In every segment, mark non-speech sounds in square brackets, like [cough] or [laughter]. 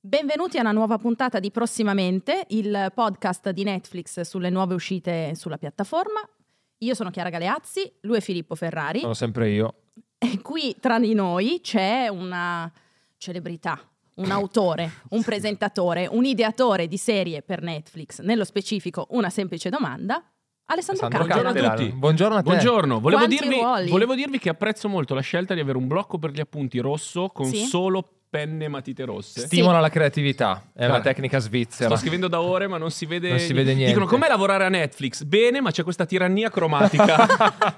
Benvenuti a una nuova puntata di Prossimamente, il podcast di Netflix sulle nuove uscite sulla piattaforma. Io sono Chiara Galeazzi, lui è Filippo Ferrari Sono sempre io. e qui tra di noi c'è una celebrità, un autore, un [laughs] presentatore, un ideatore di serie per Netflix, nello specifico una semplice domanda, Alessandro Sandro Candela. Candela. Candela. Buongiorno a te. Buongiorno, volevo Quanti dirvi, ruoli? volevo dirvi che apprezzo molto la scelta di avere un blocco per gli appunti rosso con Sì. solo penne e matite rosse. Sì. Stimola la creatività. È una Guarda, tecnica svizzera. Sto scrivendo da ore, ma non si vede, Non si vede niente. Dicono com'è lavorare a Netflix? Bene, ma c'è questa [laughs] tirannia cromatica,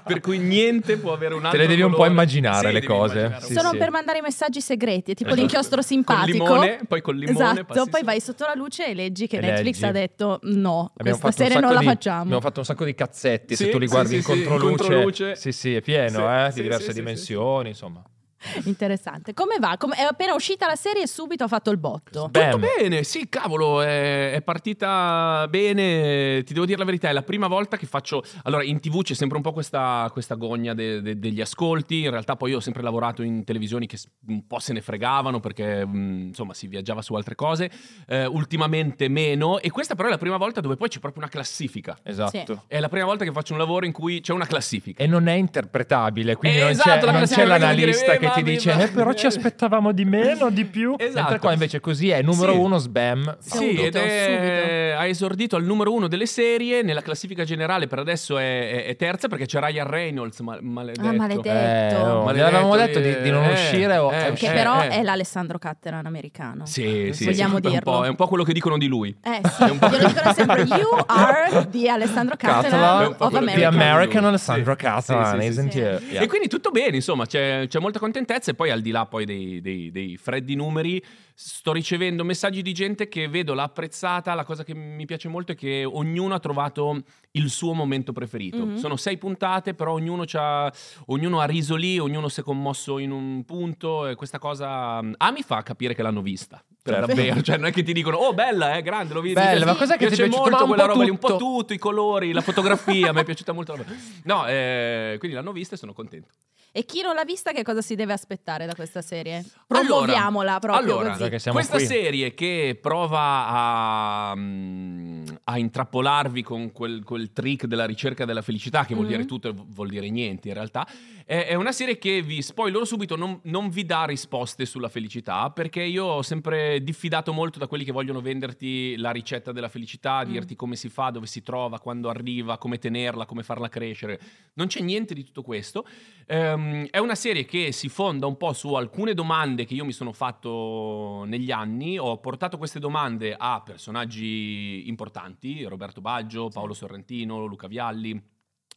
per cui niente può avere un altro. Te le devi un po' colore. immaginare Sì, le devi cose. immaginare un Sì, po'. Sono sì. per mandare i messaggi segreti, è tipo Esatto. l'inchiostro simpatico. Col limone, poi col limone Esatto, passi poi su. vai sotto la luce e leggi che E Netflix leggi. ha detto no, Abbiamo questa fatto un serie non sacco la di- facciamo. Abbiamo fatto un sacco di cazzetti. Sì, se tu li sì, guardi sì, in sì, in controluce, controluce. Sì, sì, è pieno, Sì, eh, sì, di diverse sì, sì, dimensioni. Insomma, [laughs] Interessante. Come va? Come- È appena uscita la serie e subito ha fatto il botto. Bam. Tutto bene, sì, cavolo, è, è partita bene. Ti devo dire la verità, è la prima volta che faccio. Allora, in TV c'è sempre un po' questa, questa gogna de- de- degli ascolti. In realtà, poi io ho sempre lavorato in televisioni che s- un po' se ne fregavano perché mh, insomma si viaggiava su altre cose. Eh, ultimamente meno. E questa, però, è la prima volta dove poi c'è proprio una classifica. esatto. È la prima volta che faccio un lavoro in cui c'è una classifica. E non è interpretabile, quindi Eh, non, esatto, c'è, la non classifica c'è che l'analista dire, che ti eh, ma- dice ma- "Eh, però ci aspettavamo di meno, di più. Esatto. Mentre qua invece così è, numero Sì. uno, sbam. Sì. Sì, Subito, ed è, ha esordito al numero uno delle serie, nella classifica generale per adesso è, è- è terza perché c'è Ryan Reynolds, ma- maledetto. Ah, maledetto. Eh, oh, Maledetto, gliel'avevamo detto di, eh, di non eh, uscire. o- eh, è che Che uscito. però eh. è l'Alessandro Cattelan americano. Sì, sì, Vogliamo sì, è un dirlo. po'- È un po' quello che dicono di lui. Eh sì, glielo [laughs] dicono sempre You are di Alessandro Catalan Cattelan un po' of quello che America. The dicono di American lui. Alessandro Sì. Catalan, Sì, sì, sì, isn't sì. it? Yeah. E quindi tutto bene, insomma, c'è, c'è molta contentezza e poi al di là poi dei, dei- dei freddi numeri sto ricevendo messaggi di gente che vedo l'ha apprezzata, la cosa che mi piace molto è che ognuno ha trovato il suo momento preferito. Mm-hmm. Mhm. Sono sei puntate, però ognuno, c'ha- ognuno ha riso lì, ognuno si è commosso in un punto e questa cosa mm, ah, mi fa capire che l'hanno vista. per Certo. Davvero, cioè non è che ti dicono "Oh, bella, è grande, l'ho vista". Bella, Sì. ma cos'è che ti Mi è piace piaciuto? Ma molto un quella po' roba lì, un po' tutto. tutto, i colori, la fotografia, mi è piaciuta molto la No, eh, quindi l'hanno vista e sono contento. E chi non l'ha vista che cosa si deve aspettare da questa serie? Allora, Promuoviamola proprio allora, così. Già che siamo Questa qui. serie che prova a, mm, a intrappolarvi con quel, quel trick della ricerca della felicità, che vuol Mhm. dire tutto e vuol dire niente in realtà, è, è una serie che vi spoilerò subito, non, non vi dà risposte sulla felicità, perché io ho sempre diffidato molto da quelli che vogliono venderti la ricetta della felicità, Mm. dirti come si fa, dove si trova, quando arriva, come tenerla, come farla crescere. Non c'è niente di tutto questo. Ehm, è una serie che si fonda un po' su alcune domande che io mi sono fatto negli anni. Ho portato queste domande a personaggi importanti, Roberto Baggio, Paolo Sorrentino, Luca Vialli,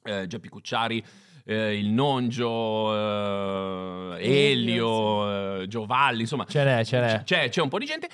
eh, Geppi Cucciari, eh, Il Nongio, eh, Elio, Elio, eh, Giovalli, insomma, Ce n'è, ce n'è. c'è, c'è un po' di gente.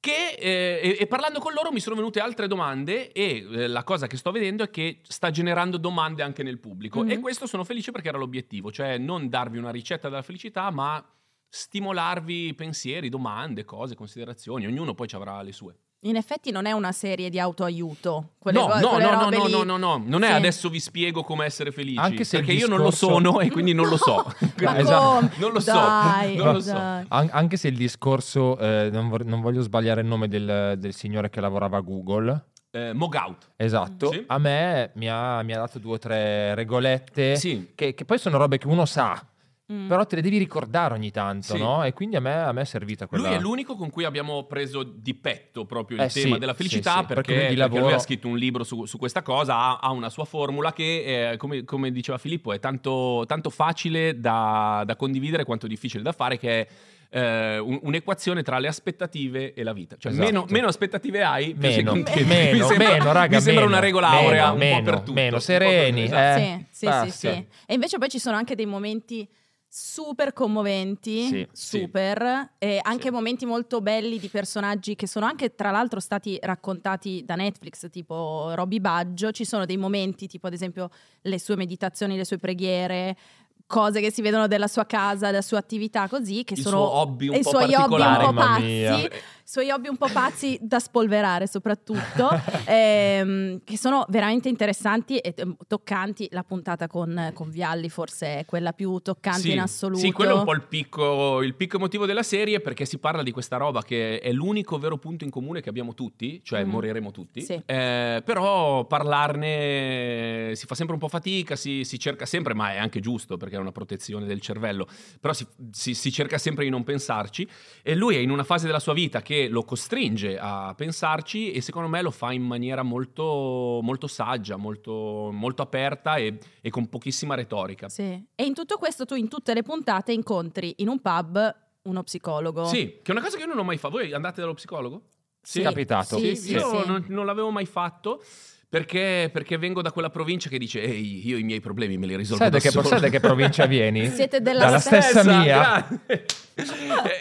Che, eh, e, e parlando con loro mi sono venute altre domande e eh, la cosa che sto vedendo è che sta generando domande anche nel pubblico Mhm. e questo sono felice perché era l'obiettivo, cioè non darvi una ricetta della felicità ma stimolarvi pensieri, domande, cose, considerazioni, ognuno poi ci avrà le sue. In effetti non è una serie di autoaiuto. Quelle no, ro- no, quelle no, no, robe no, lì. no, no, no, non è Sì. adesso vi spiego come essere felici, Anche se il perché io non lo discorso- sono [laughs] e quindi non lo so. Ma [laughs] Quindi- Esatto. come? Non lo so, Dai, Esatto. non lo so. dai. An- anche se il discorso, eh, non, vor- non voglio sbagliare il nome del, del signore che lavorava a Google, Eh, Mogout. esatto, Sì. a me mi ha, mi ha dato due o tre regolette Sì. che, che poi sono robe che uno sa, Mm. però te le devi ricordare ogni tanto, Sì. no? E quindi a me, a me è servita quella... Lui è l'unico con cui abbiamo preso di petto proprio il Eh, tema sì, della sì, felicità sì, perché, perché lui di perché lui lavoro- ha scritto un libro su, su questa cosa, ha, ha una sua formula che, eh, come, come diceva Filippo, è tanto, tanto facile da, da condividere quanto difficile da fare che è eh, un- un'equazione tra le aspettative e la vita. Cioè, Esatto. meno, meno aspettative hai, più sei Meno, contento. [laughs] mi meno, sembra, meno, raga, mi sembra meno, una regola meno, aurea, un po' meno, per tutto. meno, un po' per- sereni, esatto. eh. Sì, sì, sì, basta. sì. E invece poi ci sono anche dei momenti super commoventi, Sì, sì. super, e anche Sì. momenti molto belli di personaggi che sono anche tra l'altro stati raccontati da Netflix, tipo Robby Baggio, ci sono dei momenti tipo ad esempio le sue meditazioni, le sue preghiere, cose che si vedono della sua casa, della sua attività così, che Il sono suo hobby un e i po' suoi hobby un particolare. po' Mamma pazzi mia. suoi hobby un po' pazzi da spolverare [laughs] soprattutto, ehm, che sono veramente interessanti e eh, toccanti. La puntata con, con Vialli forse è quella più toccante Sì, in assoluto. Sì, quello è un po' il picco, il picco emotivo della serie perché si parla di questa roba che è l'unico vero punto in comune che abbiamo tutti, cioè Mm. moriremo tutti. Sì. Eh, però parlarne si fa sempre un po' fatica, si, si cerca sempre, ma è anche giusto perché è una protezione del cervello, però si, si- si cerca sempre di non pensarci e lui è in una fase della sua vita che lo costringe a pensarci e secondo me lo fa in maniera molto, molto saggia, molto, molto aperta e- e con pochissima retorica. Sì. E in tutto questo tu in tutte le puntate incontri in un pub uno psicologo. Sì, che è una cosa che io non ho mai fatto. Voi andate dallo psicologo? Sì, capitato. Sì, Sì, sì, io sì. Non, non l'avevo mai fatto. Perché, perché vengo da quella provincia che dice Ehi, io i miei problemi me li risolvo Sai da da che, solo." sai [laughs] da che provincia vieni? Siete della Dalla stessa, mia. [laughs] grazie.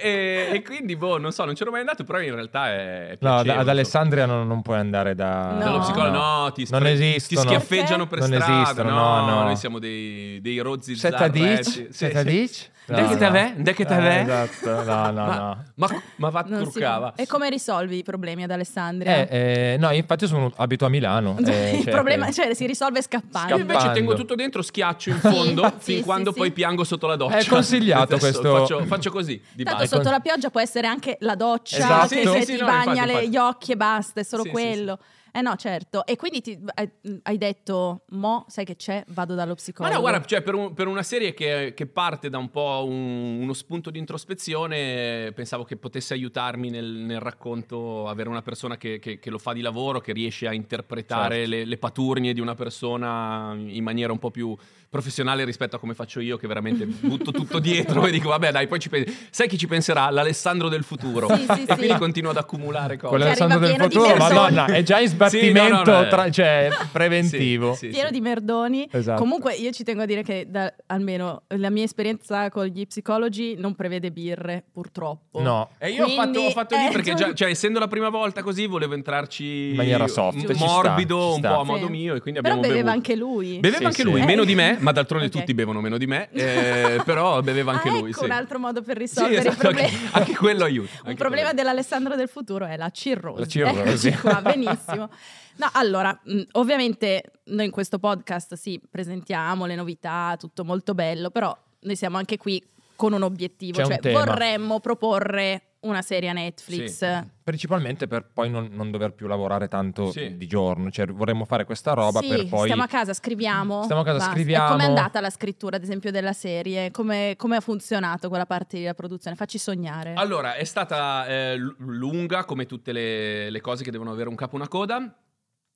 e, e quindi, boh, non so, non c'ero mai andato, però in realtà è, è No, piacevole, da- ad insomma. Alessandria non, non puoi andare da... No. Dallo psicologo, no, ti, Non spre- esistono. ti schiaffeggiano per Non strada. esistono, no, no, no. noi siamo dei, dei rozzi Setta zarretti. dic? eh, Sì, Setta sì. dic? Dai che No, te no. ve, dai che te Eh, ve. Esatto, no, no, ma, no. Ma, ma va Non si turcava. può. E come risolvi i problemi ad Alessandria? Eh, eh, no, infatti sono abito a Milano. [laughs] eh, il cioè, problema certo. cioè, si risolve scappando. Io invece Scappando. tengo tutto dentro, schiaccio [laughs] in fondo Sì, fin sì, quando sì, poi sì. piango sotto la doccia. È consigliato Adesso questo. Faccio, faccio così, Tanto di base. vai, sotto con- la pioggia può essere anche la doccia Esatto. che Sì, se sì, ti sì, no, bagna infatti, le- infatti. gli occhi e basta, è solo Sì, sì, quello. Eh no, certo. E quindi ti- hai- hai detto, mo, sai che c'è? Vado dallo Ma psicologo. no, guarda, cioè, per, un- per una serie che, che parte da un po' un- uno spunto di introspezione, eh, pensavo che potesse aiutarmi nel, nel racconto avere una persona che, che- che lo fa di lavoro, che riesce a interpretare Certo. le, le paturnie di una persona in maniera un po' più professionale rispetto a come faccio io, che veramente butto tutto dietro e dico, vabbè dai, poi ci pensi. Sai chi ci penserà? L'Alessandro del futuro. Sì, sì, e sì. quindi continuo ad accumulare cose. Con l'Alessandro del arriva pieno di futuro, persone. madonna, è già in [laughs] Sì, no, no, sbattimento, no, tra- eh. cioè, Sì, preventivo. sì, pieno sì. di merdoni. Esatto. Comunque io ci tengo a dire che da- almeno la mia esperienza con gli psicologi non prevede birre, Oh. purtroppo. No, E io ho fatto, Quindi, ho fatto lì eh, perché, cioè- già, cioè, essendo la prima volta così, volevo entrarci In maniera soft, ci sta, morbido, ci un sta. po' a modo Sì. mio. E quindi Però abbiamo beveva bevuto. anche lui. Beveva Sì, anche sì. lui, Eh. meno di me, ma d'altronde [laughs] Ok. tutti bevono meno [laughs] di me, eh, però beveva anche Ah, lui. Ecco sì. un altro modo per Sì, risolvere esatto, i problemi. anche, [laughs] anche quello aiuta. Un anche problema quello. dell'Alessandro del futuro è la cirrosi. La cirrosi. Eccoci [laughs] qua, benissimo. No, allora, mh, ovviamente noi in questo podcast sì, presentiamo le novità, tutto molto bello, però noi siamo anche qui con un obiettivo, C'è un cioè tema. vorremmo proporre una serie a Netflix. principalmente per poi non, non dover più lavorare tanto Sì. di giorno, cioè vorremmo fare questa roba sì, per poi... stiamo a casa, scriviamo. Stiamo a casa, basta. scriviamo. E com'è andata la scrittura, ad esempio, della serie? Come, come ha funzionato quella parte della produzione? Facci sognare. Allora, è stata eh, l- lunga come tutte le, le cose che devono avere un capo e una coda.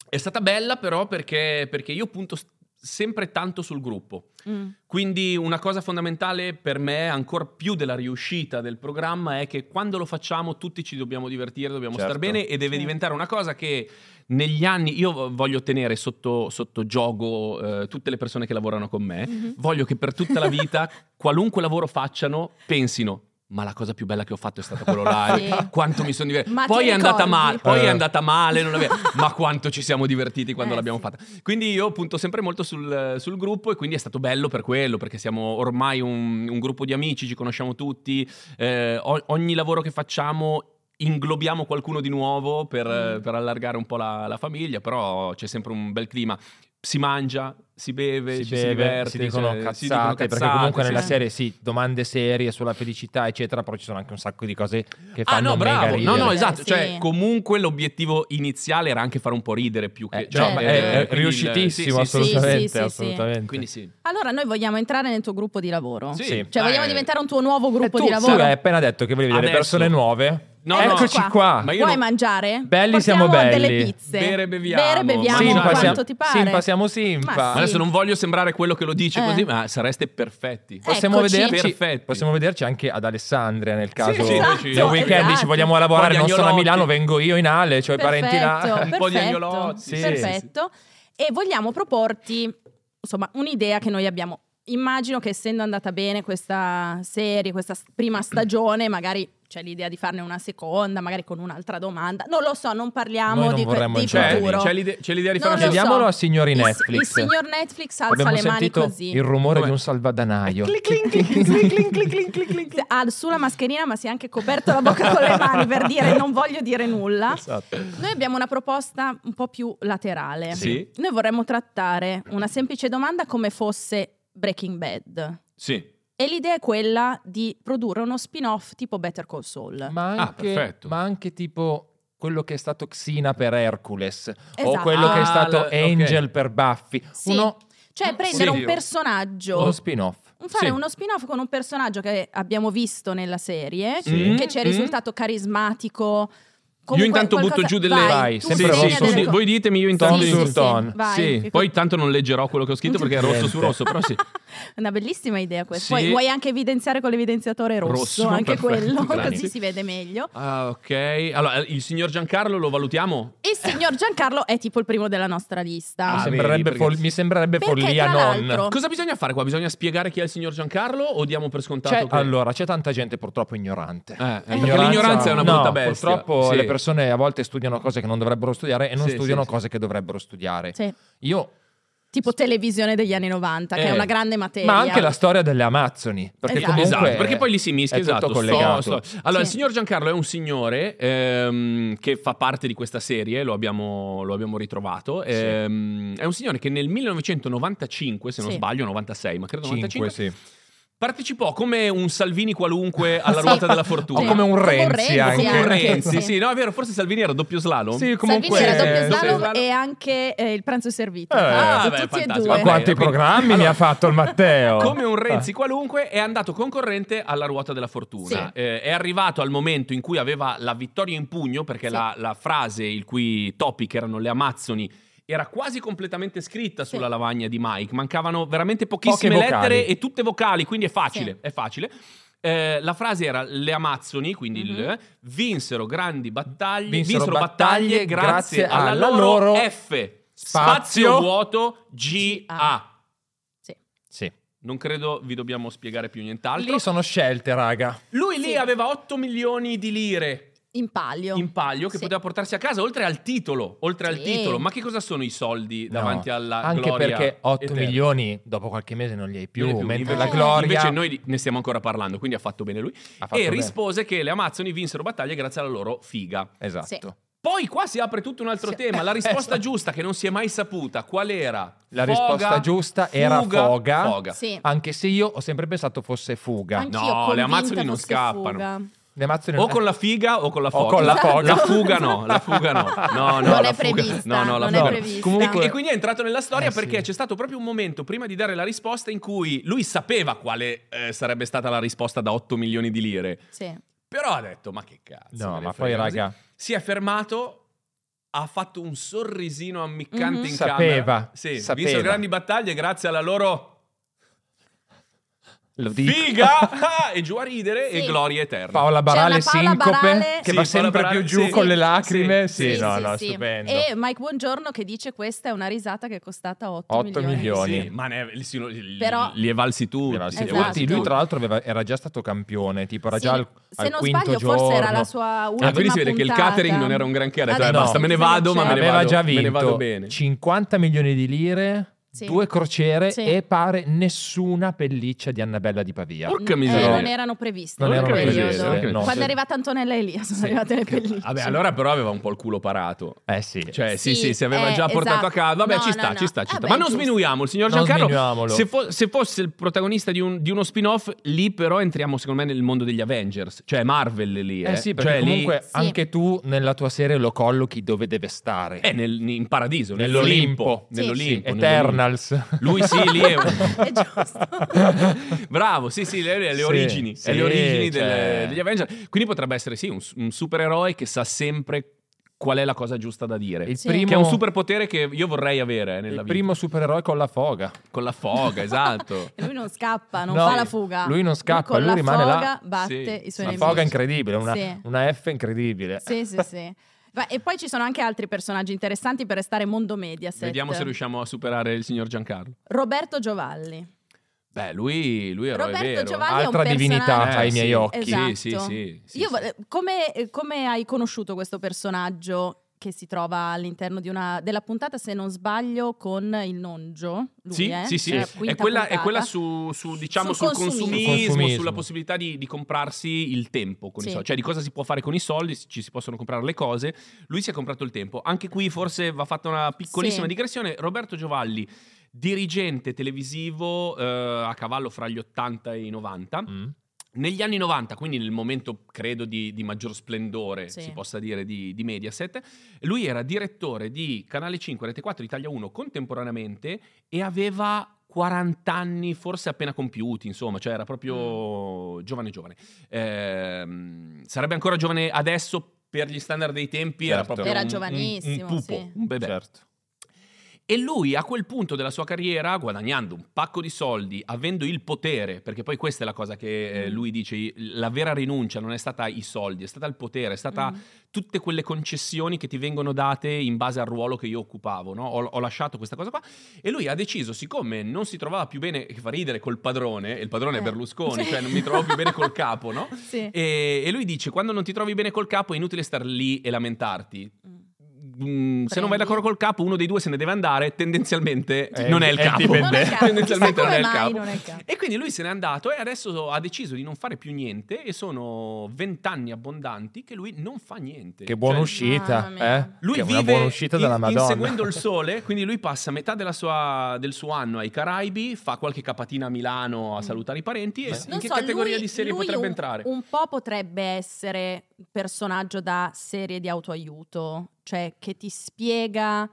È stata bella però perché, perché io punto s- sempre tanto sul gruppo. Mm. Quindi una cosa fondamentale per me, ancora più della riuscita del programma, è che quando lo facciamo tutti ci dobbiamo divertire, dobbiamo Certo. star bene e deve Sì. diventare una cosa che negli anni io voglio tenere sotto, sotto gioco eh, tutte le persone che lavorano con me. Mhm. Voglio che per tutta la vita, [laughs] qualunque lavoro facciano, pensino. Ma la cosa più bella che ho fatto è stata quello là. Sì. Quanto mi sono divertito. Ma ti Poi è andata ricordi? male, poi Eh. è andata male, non l'avevo- ma quanto ci siamo divertiti quando Eh, l'abbiamo sì. fatta. Quindi io punto sempre molto sul, sul gruppo e quindi è stato bello per quello, perché siamo ormai un, un gruppo di amici, ci conosciamo tutti, eh, o- ogni lavoro che facciamo inglobiamo qualcuno di nuovo per, Mm. per allargare un po' la, la famiglia, però c'è sempre un bel clima. Si mangia, si beve, si ci si beve, diverte, si dicono cioè, cazzate, si dicono perché cazzate, comunque sì, nella sì. serie sì, domande serie sulla felicità, eccetera, però ci sono anche un sacco di cose che fanno Ah no, mega bravo. No, ridere. no, Eh, esatto. sì. Cioè, comunque l'obiettivo iniziale era anche fare un po' ridere più che Eh, cioè, no, ma certo. è, eh, è quindi il- sì, riuscitissimo sì, sì, assolutamente, sì, sì, sì. assolutamente. Quindi sì. Allora, noi vogliamo entrare nel tuo gruppo di lavoro. Sì. Sì. Cioè, vogliamo Eh, diventare un tuo nuovo E gruppo eh, tu, cioè, di lavoro. Sara, hai appena detto che volevi vedere Adesso. persone nuove. No, Eccoci Eccoci qua. qua. Ma io Vuoi non- mangiare? Belli Portiamo siamo belli. delle pizze. Bere beviamo, Bere beviamo Simpa quanto siamo- ti pare. Simpa, siamo simpa. Ma Ma adesso non voglio sembrare quello che lo dice Eh. così, ma sareste perfetti. Eh, Possiamo Eccoci. vederci, Perfetti. possiamo vederci anche ad Alessandria nel caso sì, noi ci- del weekend Esatto. dici vogliamo lavorare, Poi non sono a agnolotti. Milano, vengo io in Ale, ho i parenti [laughs] là. Perfetto, Un po' di perfetto, agnolotti, sì. perfetto. E vogliamo proporti, insomma, un'idea che noi abbiamo immagino che essendo andata bene questa serie, questa s- prima stagione, magari c'è l'idea di farne una seconda, magari con un'altra domanda. Non lo so, non parliamo Noi non di, que- vorremmo di entrare. C'è, futuro. Cioè, c'è l'ide- c'è l'idea di Non fare lo una Chiediamolo so. a signori Il- Netflix. Il signor Netflix alza Abbiamo le mani sentito così. il rumore Come? di un salvadanaio. Clic, clic, clic, clic, clic, clic, clic, clic, clic, clic. Ha su la mascherina, ma si è anche coperto la bocca con le mani per dire non voglio dire nulla. Esatto. Noi abbiamo una proposta un po' più laterale. Sì. Noi vorremmo trattare una semplice domanda come fosse Breaking Bad. Sì. E l'idea è quella di produrre uno spin-off tipo Better Call Saul. Ma Ah, anche, perfetto. ma anche tipo quello che è stato Xena per Hercules o Esatto. quello che Ah, è stato la- ok. Angel per Buffy. Sì. Uno, Cioè prendere Sì. un personaggio, uno spin-off. fare sì. uno spin-off con un personaggio che abbiamo visto nella serie, Sì. che ci è Mm, risultato carismatico. Mm-hmm. io Comunque intanto qualcosa- butto giù delle Vai, tu sempre segna rosso. delle Sì, Sì, co- voi ditemi io intanto Sì, di- sì, sì. Turton. vai. Sì, Che- poi tanto non leggerò quello che ho scritto perché è rosso su Niente. rosso, però Ah, sì. [laughs] Una bellissima idea questa. Sì. Poi vuoi anche evidenziare con l'evidenziatore rosso, Rosso, anche perfetto, quello, grazie. così si vede meglio. [laughs] Ah, ok. Allora, il signor Giancarlo lo valutiamo? Il signor Giancarlo è tipo il primo della nostra lista. Ah, mi, vedi, sembrerebbe perché- fol- mi sembrerebbe Perché, follia tra l'altro- non. Cosa bisogna fare qua? Bisogna spiegare chi è il signor Giancarlo o diamo per scontato C'è- che- Cioè, allora, c'è tanta gente purtroppo ignorante. Eh, eh, perché Ignoranza- l'ignoranza è una no, brutta bestia. Purtroppo Sì. le persone a volte studiano cose che non dovrebbero studiare e non Sì, studiano sì, sì. cose che dovrebbero studiare. Sì. Io Tipo televisione degli anni 90, che Eh. è una grande materia. Ma anche la storia delle Amazzoni. Esatto. Perché Ah, comunque Esatto, perché poi lì si mischia, è tutto esatto. sto- collegato. sto- Allora, il Sì. signor Giancarlo è un signore ehm, che fa parte di questa serie, lo abbiamo, lo abbiamo ritrovato. Ehm, è un signore che nel 1995, se non Sì. sbaglio, 96, ma credo 95, Cinque, sì. partecipò come un Salvini qualunque [laughs] alla Sì. ruota della Sì. fortuna. O come un Come un Renzi Renzi anche. Come un anche. Renzi, Sì. sì, no, è vero, forse Salvini era doppio slalom. Sì, Salvini comunque... era doppio doppio slalom slalom. e anche eh, il pranzo servito. Eh. tra l'altro, Ah, beh, tutti e fantastico. due. Ma quanti Eh, quindi- programmi mi Allora- ha fatto il Matteo? Come un Ah. Renzi qualunque è andato concorrente alla ruota della fortuna. Sì. Eh, è arrivato al momento in cui aveva la vittoria in pugno perché Sì. la, la frase, il cui topic erano le Amazzoni, era quasi completamente scritta Sì. sulla lavagna di Mike. Mancavano veramente pochissime Poche vocali. lettere e tutte vocali, quindi è facile. Sì. È facile. Eh, la frase era le Amazzoni, quindi il- Mhm. vinsero grandi battaglie, vinsero, Vinsero battaglie battaglie grazie, grazie alla, alla loro, loro F spazio spazio vuoto GA. Sì. Ah, Sì. Non credo vi dobbiamo spiegare più nient'altro. Lì sono scelte, raga. Lui lì Sì. aveva 8 milioni di lire In palio. in palio che Sì. poteva portarsi a casa, oltre al titolo. Oltre al Sì. titolo. Ma che cosa sono i soldi No, davanti alla Anche gloria perché 8 eterna? milioni dopo qualche mese non li hai più, Non è più. mentre Invece- la gloria Invece noi ne stiamo ancora parlando, quindi ha fatto bene lui. ha fatto E bene. rispose che le Amazzoni vinsero battaglie grazie alla loro figa. Esatto. Sì. Poi qua si apre tutto un altro Sì. tema. La risposta Esatto. giusta che non si è mai saputa, qual era? La Foga, risposta giusta era foga. foga. Sì. Anche se io ho sempre pensato fosse fuga. Anch'io Ah, No, le convinta Amazzoni non fosse scappano. fuga. Le mazzoni O con la figa o con la O foga. con la foga. La fuga no, la [laughs] fuga no. No, no, Non la è fuga- prevista, No, no, la non è fuga. no. prevista. E, Comunque- e quindi è entrato nella storia Esatto. Eh, sì. perché c'è stato proprio un momento prima di dare la risposta in cui lui sapeva quale eh, sarebbe stata la risposta da 8 milioni di lire. Sì. Però ha detto, ma che cazzo. me No, ne ma poi frega così". raga, Si è fermato, ha fatto un sorrisino ammiccante Mhm. in Sapeva, camera. Sì, sapeva. vinsero grandi battaglie grazie alla loro... lo dico. Figa! [laughs] e giù a ridere e Sì. gloria eterna. [laughs] Paola C'è Barale una Paola sincope Barale- che Sì, va Paola sempre Barale, più giù sì. con le Sì. lacrime. Sì, Sì, no, sì, no, sì. stupendo. E Mike Buongiorno che dice questa è una risata che è costata 8, 8 milioni. Sì, ma ne, li, li- Però- li evalsi tutti. Sì, Eh, era- sì, Esatto. guardi, lui tra l'altro aveva- era già stato campione, tipo era Sì, già al, se al non quinto sbaglio giorno. forse era la sua ultima Ah, quindi si vede che il puntata. catering non era un granché. Ha detto, Adesso "Eh, basta, me ne non vado, ma c'è". me ne Aveva vado, già me ne vinto vado bene. 50 milioni di lire, Sì. due crociere Sì. e pare nessuna pelliccia di Annabella di Pavia. Porca Eh, miseria. non erano previste Non in quel erano periodo. previste, no. Quando è arrivata Antonella Elia sono Sì. arrivate le pellicce. Vabbè, allora però aveva un po' il culo parato. Eh sì. Cioè, sì, sì, Sì, si aveva eh, già esatto. portato a casa. Vabbè, No, ci sta, no, no. ci sta, ci Eh sta. beh, Ma non giusto. sminuiamo il signor Non Giancarlo. sminuiamolo. Se, fo- se fosse il protagonista di, un- di uno spin-off, lì però entriamo, secondo me, nel mondo degli Avengers. Cioè, Marvel lì. Eh sì, perché Cioè, lì- comunque Sì. anche tu nella tua serie lo collochi dove deve stare. È nel- in paradiso, Eh, nell'Olimpo. Nell'Olimpo. Sì. Nell'Olimpo, nell'Olimpo. Eternals. Lui sì, lì è... [laughs] [laughs] È giusto. [laughs] Bravo, sì, sì, le, le Sì, origini, sì, le origini del- cioè. degli Avengers. Quindi potrebbe essere sì, un, un supereroe che sa sempre qual è la cosa giusta da dire. Il Sì. primo, Che è un superpotere che io vorrei avere eh, il nella vita. primo supereroe con la foga. Con la foga, esatto. [laughs] E lui non scappa, non No, fa la fuga. lui non scappa, con lui la rimane là. foga batte Sì, i suoi Una nemici. foga incredibile, una, Sì. una F incredibile. Sì, sì, sì. Beh, e poi ci sono anche altri personaggi interessanti per restare mondo media. Vediamo se riusciamo a superare il signor Giancarlo. Roberto Giovalli. Beh, lui, lui eroe Roberto vero. Giovanni- Cavalli è un Altra divinità personaggio- ai Eh, miei sì. occhi. Esatto. Sì, sì, sì, sì, Io sì. vo- Come, eh, come hai conosciuto questo personaggio che si trova all'interno di una, della puntata, se non sbaglio, con il noncio? Lui, Sì, eh? sì, sì. Nella È quinta quella, è puntata. quella su, su, diciamo, Sul sul, consumismo. consumismo, Sul consumismo. sulla possibilità di, di comprarsi il tempo con i Sì. soldi. Cioè di cosa si può fare con i soldi, ci si possono comprare le cose. Lui si è comprato il tempo. Anche qui forse va fatta una piccolissima Sì. digressione. Roberto Giovalli, dirigente televisivo eh, a cavallo fra gli 80 e i 90. Mm. Negli anni 90, quindi nel momento credo di, di maggior splendore, Sì. si possa dire, di, di Mediaset, lui era direttore di Canale 5, Rete 4, Italia 1 contemporaneamente e aveva 40 anni, forse appena compiuti, insomma, cioè era proprio Mm. giovane giovane. Ehm, sarebbe ancora giovane adesso per gli standard dei tempi, era Certo. proprio Era un- un- giovanissimo, un, pupo, sì. un bebè. Certo. E lui a quel punto della sua carriera, guadagnando un pacco di soldi, avendo il potere, perché poi questa è la cosa che eh, Mm. lui dice, i- la vera rinuncia non è stata i soldi, è stata il potere, è stata Mm. tutte quelle concessioni che ti vengono date in base al ruolo che io occupavo, no? ho, ho lasciato questa cosa qua e lui ha deciso, siccome non si trovava più bene, che fa ridere col padrone, e il padrone è Eh. Berlusconi, Sì. cioè non mi trovo più bene col capo, no? [laughs] Sì. E, e lui dice, quando non ti trovi bene col capo è inutile star lì e lamentarti. Mm, se non Prendi. vai d'accordo col capo, uno dei due se ne deve andare. Tendenzialmente È- non è il eh, è il capo. dipendente. Non è il [laughs] capo. Tendenzialmente Chissà non è il come mai capo. non è il capo. E quindi lui se n'è andato e adesso ha deciso di non fare più niente. E sono vent'anni abbondanti che lui non fa niente. Che buona Cioè, uscita. Mamma mia. eh? lui che vive una buona uscita in- della Madonna. inseguendo il sole, quindi lui passa metà della sua- del suo anno ai Caraibi, fa qualche capatina a Milano a salutare i parenti. E Beh. in Mm. Non che so, categoria lui- di serie lui potrebbe un- entrare? Un po' potrebbe essere personaggio da serie di autoaiuto, cioè che ti spiega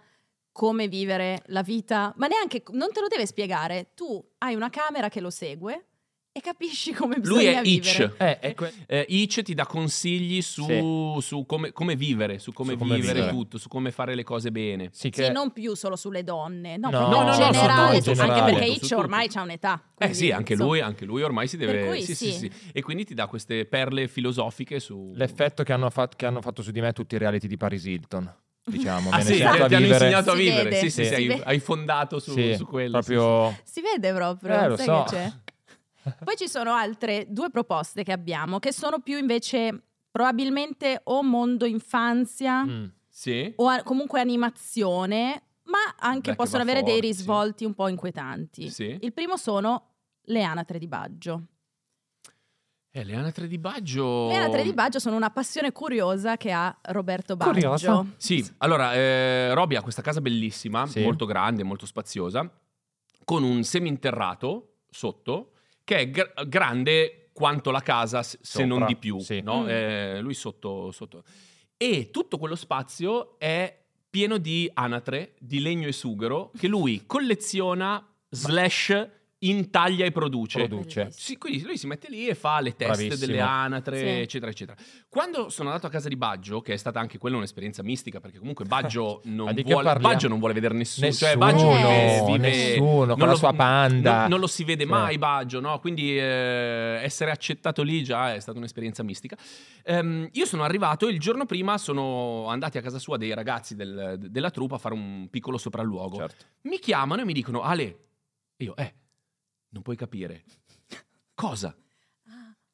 come vivere la vita, ma neanche non te lo deve spiegare, tu hai una camera che lo segue e capisci come Lui bisogna è vivere. Hitch. [laughs] Eh, è que- Eh, Hitch ti dà consigli su, su come, come vivere, su come, Su come vivere, vivere. tutto, su come fare le cose bene. Sì, sì, che- non più solo sulle donne, no, No, proprio no, no, in no, generale, su tutto, in anche perché generale. Hitch ormai c'ha un'età. Eh quindi, sì, anche insomma. lui, anche lui ormai si Per deve... cui Sì, sì, sì. sì, E quindi ti dà queste perle filosofiche su... L'effetto che hanno, fat- che hanno fatto su di me tutti i reality di Paris Hilton, diciamo. Ah me ne sì, ti, sento a ti hanno vivere. insegnato a Si vivere. vede, Sì, sì, si sì, hai, vede. hai fondato su, Sì, su quello. proprio... Si vede proprio, Eh, lo sai so. che c'è? Poi ci sono altre due proposte che abbiamo, che sono più invece probabilmente o mondo infanzia Mm. Sì, sì. o a- comunque animazione, ma Beh, anche che possono va avere dei forte, sì. risvolti un po' inquietanti. Sì. Il primo sono le anatre di Baggio. Eh, le anatre di Baggio... Le anatre di Baggio sono una passione curiosa che ha Roberto Baggio. Curiosa? Sì, allora, eh, Roby ha questa casa bellissima, Sì. molto grande, molto spaziosa, con un seminterrato sotto, che è gr- grande quanto la casa, s- se Sopra, non di più, sì. no? Mm. Eh, lui sotto, sotto. E tutto quello spazio è pieno di anatre, di legno e sughero, che lui colleziona, slash, intaglia e produce. Produce. Sì, quindi lui si mette lì e fa le teste Bravissimo. delle anatre, Sì. eccetera, eccetera. Quando sono andato a casa di Baggio, che è stata anche quella un'esperienza mistica, perché comunque Baggio [laughs] Ma non, di che vuole, parliamo? Baggio non vuole vedere nessuno. Nessuno, cioè, Eh, Baggio vive, sì. vive- nessuno, con la sua panda. non, non lo si vede Sì. Certo. mai Baggio, no? Quindi eh, essere accettato lì già è stata un'esperienza mistica. Ehm, io sono arrivato e il giorno prima sono andati a casa sua dei ragazzi del- della truppa a fare un piccolo sopralluogo Certo. mi chiamano e mi dicono Ale, e io, eh, non puoi capire. Cosa?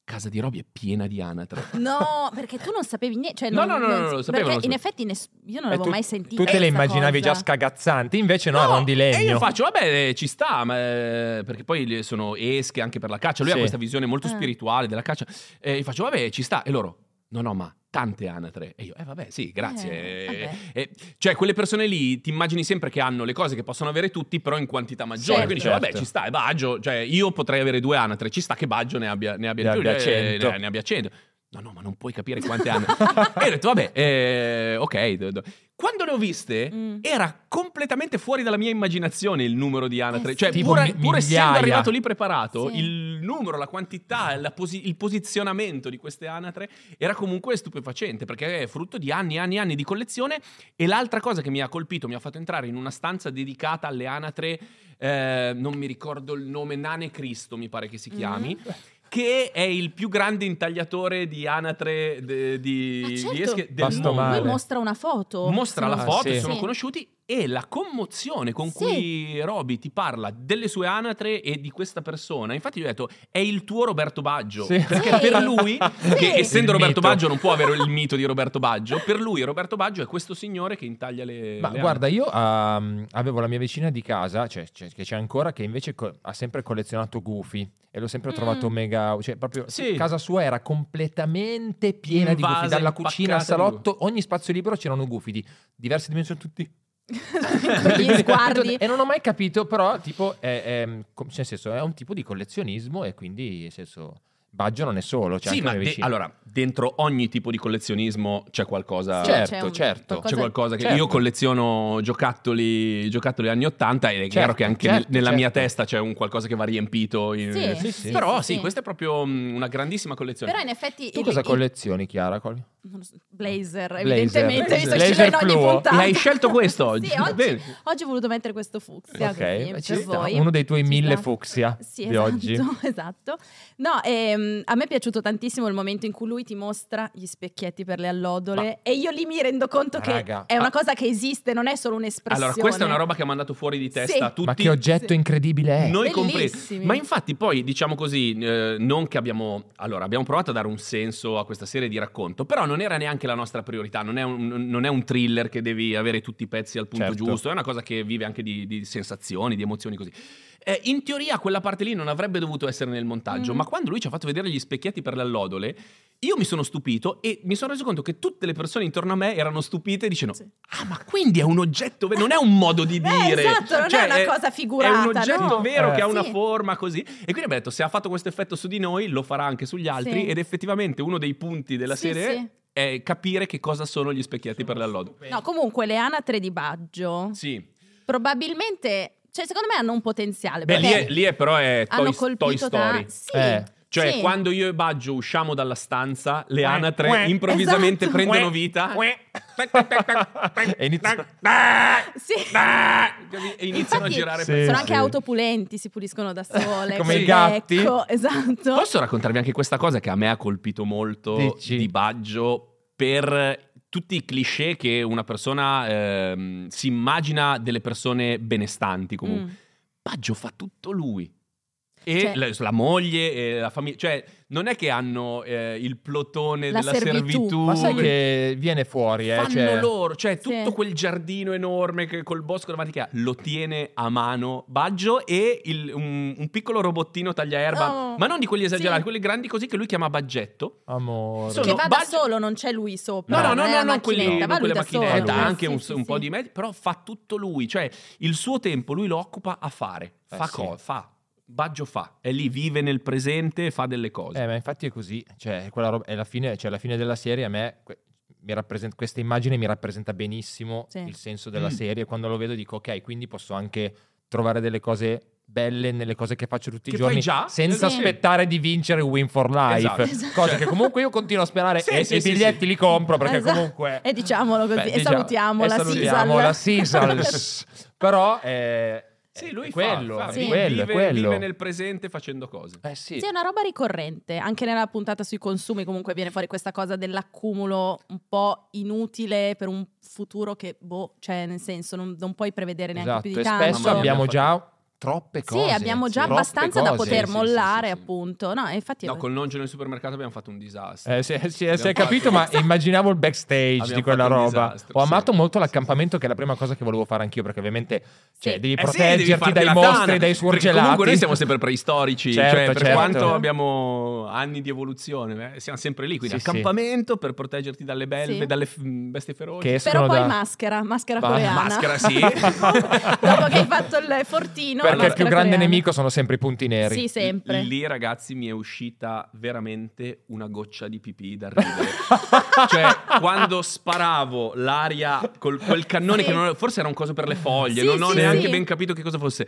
Casa di Roby è piena di anatre. No, perché tu non sapevi niente. Cioè No, non- no, no, no, non- no, lo sapevo, perché lo in sapevo. effetti ness- io non E l'avevo tu- mai sentito. Tu te le immagazzinavi già scagazzanti, invece no, erano di E io legno. faccio, vabbè, ci sta, ma, eh, perché poi le- sono esche anche per la caccia. Lui ha Sì. questa visione molto Ah. spirituale della caccia. eh, E gli faccio, vabbè, ci sta. E loro, no, no, ma tante anatre. E io, eh, vabbè, sì, grazie. Eh, Eh, vabbè. eh, cioè, quelle persone lì ti immagini sempre che hanno le cose che possono avere tutti, però in quantità maggiore. Certo. Quindi dici, Certo. vabbè, ci sta, e Baggio, cioè, io potrei avere due anatre, ci sta che Baggio ne abbia, ne abbia Ne di più, abbia eh, 100. ne- ne abbia 100. No, no, ma non puoi capire quante anatre. e ho detto, vabbè, eh, ok. do- do- Quando le ho viste, Mm. era completamente fuori dalla mia immaginazione il numero di anatre. Eh, Cioè, sì. Tipo pur, mi- pur essendo migliaia. arrivato lì preparato, Sì. il numero, la quantità, la posi- il posizionamento di queste anatre era comunque stupefacente perché è frutto di anni e anni e anni di collezione. E l'altra cosa che mi ha colpito, mi ha fatto entrare in una stanza dedicata Mm. alle anatre, eh, non mi ricordo il nome, Nane Cristo mi pare che si chiami. che è il più grande intagliatore di anatre de- di, Ma di certo. esche del Basta mondo. male. Lui mostra una foto. Mostra la Ah, foto, sì. sono Sì. conosciuti e la commozione con Sì. cui Roby ti parla delle sue anatre e di questa persona. Infatti gli ho detto "È il tuo Roberto Baggio", Sì. perché Sì. per lui Sì. che essendo Il Roberto mito. Baggio non può avere il mito di Roberto Baggio, per lui Roberto Baggio è questo signore che intaglia le Ma Eh, le guarda, io ehm, avevo la mia vicina di casa, cioè, cioè, che c'è ancora, che invece co- ha sempre collezionato gufi e l'ho sempre Mm. trovato mega. Cioè, proprio Sì. casa sua era completamente piena di Invasa, gufi, dalla cucina al impaccata di salotto, ogni spazio libero c'erano gufi di diverse dimensioni, tutti. Con [laughs] gli [laughs] sguardi. E non ho mai capito, però, tipo, è, è- com- cioè, nel senso, è un tipo di collezionismo e quindi, nel senso, Baggio non è solo. Cioè sì, anche la ma mia de- vicina. allora, dentro ogni tipo di collezionismo c'è qualcosa. Sì, certo, c'è un- certo. C'è qualcosa che Certo. io colleziono giocattoli, giocattoli anni 80 e è Certo, chiaro che anche certo, nella certo. mia testa c'è un qualcosa che va riempito. in- Sì, Sì, sì. Però sì, sì, sì. questa è proprio mm, una grandissima collezione. Però in effetti Tu il- cosa il- collezioni, Chiara? Col- non so, blazer, Blazer. evidentemente, visto che Blazer ce l'hai in ogni fluo. puntata. E hai scelto questo oggi? [laughs] Sì, oggi, Bene. oggi ho voluto mettere questo fucsia Ok, così, beh, ci per sta. voi. Uno dei tuoi Ci mille sta. fucsia Sì, di esatto, [laughs] oggi. Esatto. No, ehm, a me è piaciuto tantissimo il momento in cui lui ti mostra gli specchietti per le allodole e io lì mi rendo conto che Raga, è una ah. cosa che esiste, non è solo un'espressione. Allora, questa è una roba che ha mandato fuori di testa Sì. a tutti. Ma che oggetto Sì. incredibile è? Noi compresi. Eh, Bellissimi. Ma infatti poi diciamo così, eh, non che abbiamo... Allora, abbiamo provato a dare un senso a questa serie di racconto, però non era neanche la nostra priorità, non è un, non è un thriller che devi avere tutti i pezzi al punto Certo. giusto, è una cosa che vive anche di, di sensazioni, di emozioni così. Eh, in teoria quella parte lì non avrebbe dovuto essere nel montaggio, Mm. ma quando lui ci ha fatto vedere gli specchietti per le allodole, io mi sono stupito e mi sono reso conto che tutte le persone intorno a me erano stupite dicendo Sì. ah ma quindi è un oggetto, ve- non è un [laughs] modo di Eh, dire. esatto, non Cioè, è una cosa figurata. è un oggetto no? vero Eh. che ha una Sì. forma così. E quindi abbiamo detto: se ha fatto questo effetto su di noi, lo farà anche sugli altri. Sì. Ed effettivamente uno dei punti della Sì, serie sì. è capire che cosa sono gli specchietti per l'allodo. No, comunque le anatre di Baggio Sì, probabilmente, cioè secondo me hanno un potenziale. Beh, lì, perché è, lì è però è hanno Toy, colpito Toy Story. ta- sì, Eh, Cioè, sì. quando io e Baggio usciamo dalla stanza, le Uè, anatre uè. improvvisamente Esatto. Eh. prendono vita. [laughs] [laughs] E inizia- [laughs] Sì. E [laughs] iniziano a Infatti, girare Sì, per- sono anche sì. autopulenti, si puliscono [laughs] da sole. Come i col gatti. becco, [laughs] esatto. Posso raccontarvi anche questa cosa che a me ha colpito molto Dici. di Baggio per tutti i cliché che una persona ehm, si immagina delle persone benestanti comunque. Mm. Baggio fa tutto lui. E Cioè- la, la moglie e la famiglia, cioè non è che hanno eh, il plotone La della servitù. servitù, Ma sai che viene fuori, eh? fanno cioè- loro, cioè Sì. tutto quel giardino enorme che- col bosco davanti che ha, lo tiene a mano Baggio e il- un, un piccolo robottino tagliaerba, Oh. ma non di quelli esagerati, Sì. quelli grandi così che lui chiama Baggetto. Amore. Sono- che no, va da Baggio- solo, non c'è lui sopra. No, no, no, non è no, la non quelli, macchinetta, non va lui quelle da solo. macchinette, solo. ha anche Sì, un, sì, un po' sì. di mezzo, però fa tutto lui, cioè il suo tempo lui lo occupa a fare, Eh, fa sì. co- fa, Baggio fa, è lì, vive nel presente e fa delle cose. Eh, ma infatti è così. Cioè, quella roba- è la fine, cioè, la fine della serie a me. que- mi rappresent- questa immagine mi rappresenta benissimo Sì. il senso della Mm. serie. Quando lo vedo dico, ok, quindi posso anche trovare delle cose belle nelle cose che faccio tutti Che i giorni fai già? senza Sì. aspettare di vincere Win for Life. Esatto. Cosa che comunque io continuo a sperare Sì, e sì, i sì, biglietti sì. li compro perché Esatto. comunque... E diciamolo così, Beh, e diciamo- salutiamo e la salutiamo Sisal. la Sisals. [laughs] Però eh, Sì, lui è fa- quello, fa, è Sì. quello, vive, è quello. vive nel presente facendo cose. Eh sì. Sì, è una roba ricorrente, anche nella puntata sui consumi comunque viene fuori questa cosa dell'accumulo un po' inutile per un futuro che, boh, cioè nel senso non, non puoi prevedere neanche Esatto, più di e tanto. spesso Mamma mia, abbiamo abbiamo già troppe cose. sì, abbiamo già sì. abbastanza da Troppe cose, poter sì, sì, mollare, sì, sì. appunto. No, e infatti ecco. No, col nongelo nel supermercato abbiamo fatto un disastro. Eh, sì, sì, si è Abbiamo capito, ma fatto- immaginavo il backstage Abbiamo di quella fatto un roba. disastro, Ho sì. amato molto l'accampamento, che è la prima cosa che volevo fare anch'io, perché ovviamente cioè, Sì. devi Eh sì, proteggerti devi farti dai la mostri, tana, dai perché surgelati. Comunque noi siamo sempre preistorici, Certo, cioè per certo. quanto [laughs] abbiamo anni di evoluzione, eh, siamo sempre lì, quindi Sì, sì. accampamento per proteggerti dalle belve, Sì. dalle f- mm, bestie feroci. Che Però escono poi da... maschera, maschera Ma- coreana. Maschera, sì. [laughs] Dopo che hai fatto il fortino. perché allora, il più maschera grande coreana. nemico sono sempre i punti neri. [laughs] Sì, sempre. Lì ragazzi mi è uscita veramente una goccia di pipì da ridere. cioè quando sparavo l'aria col quel cannone Sì. che non- forse era un coso per le foglie, Sì, non ho sì, neanche sì. ben capito che cosa fosse.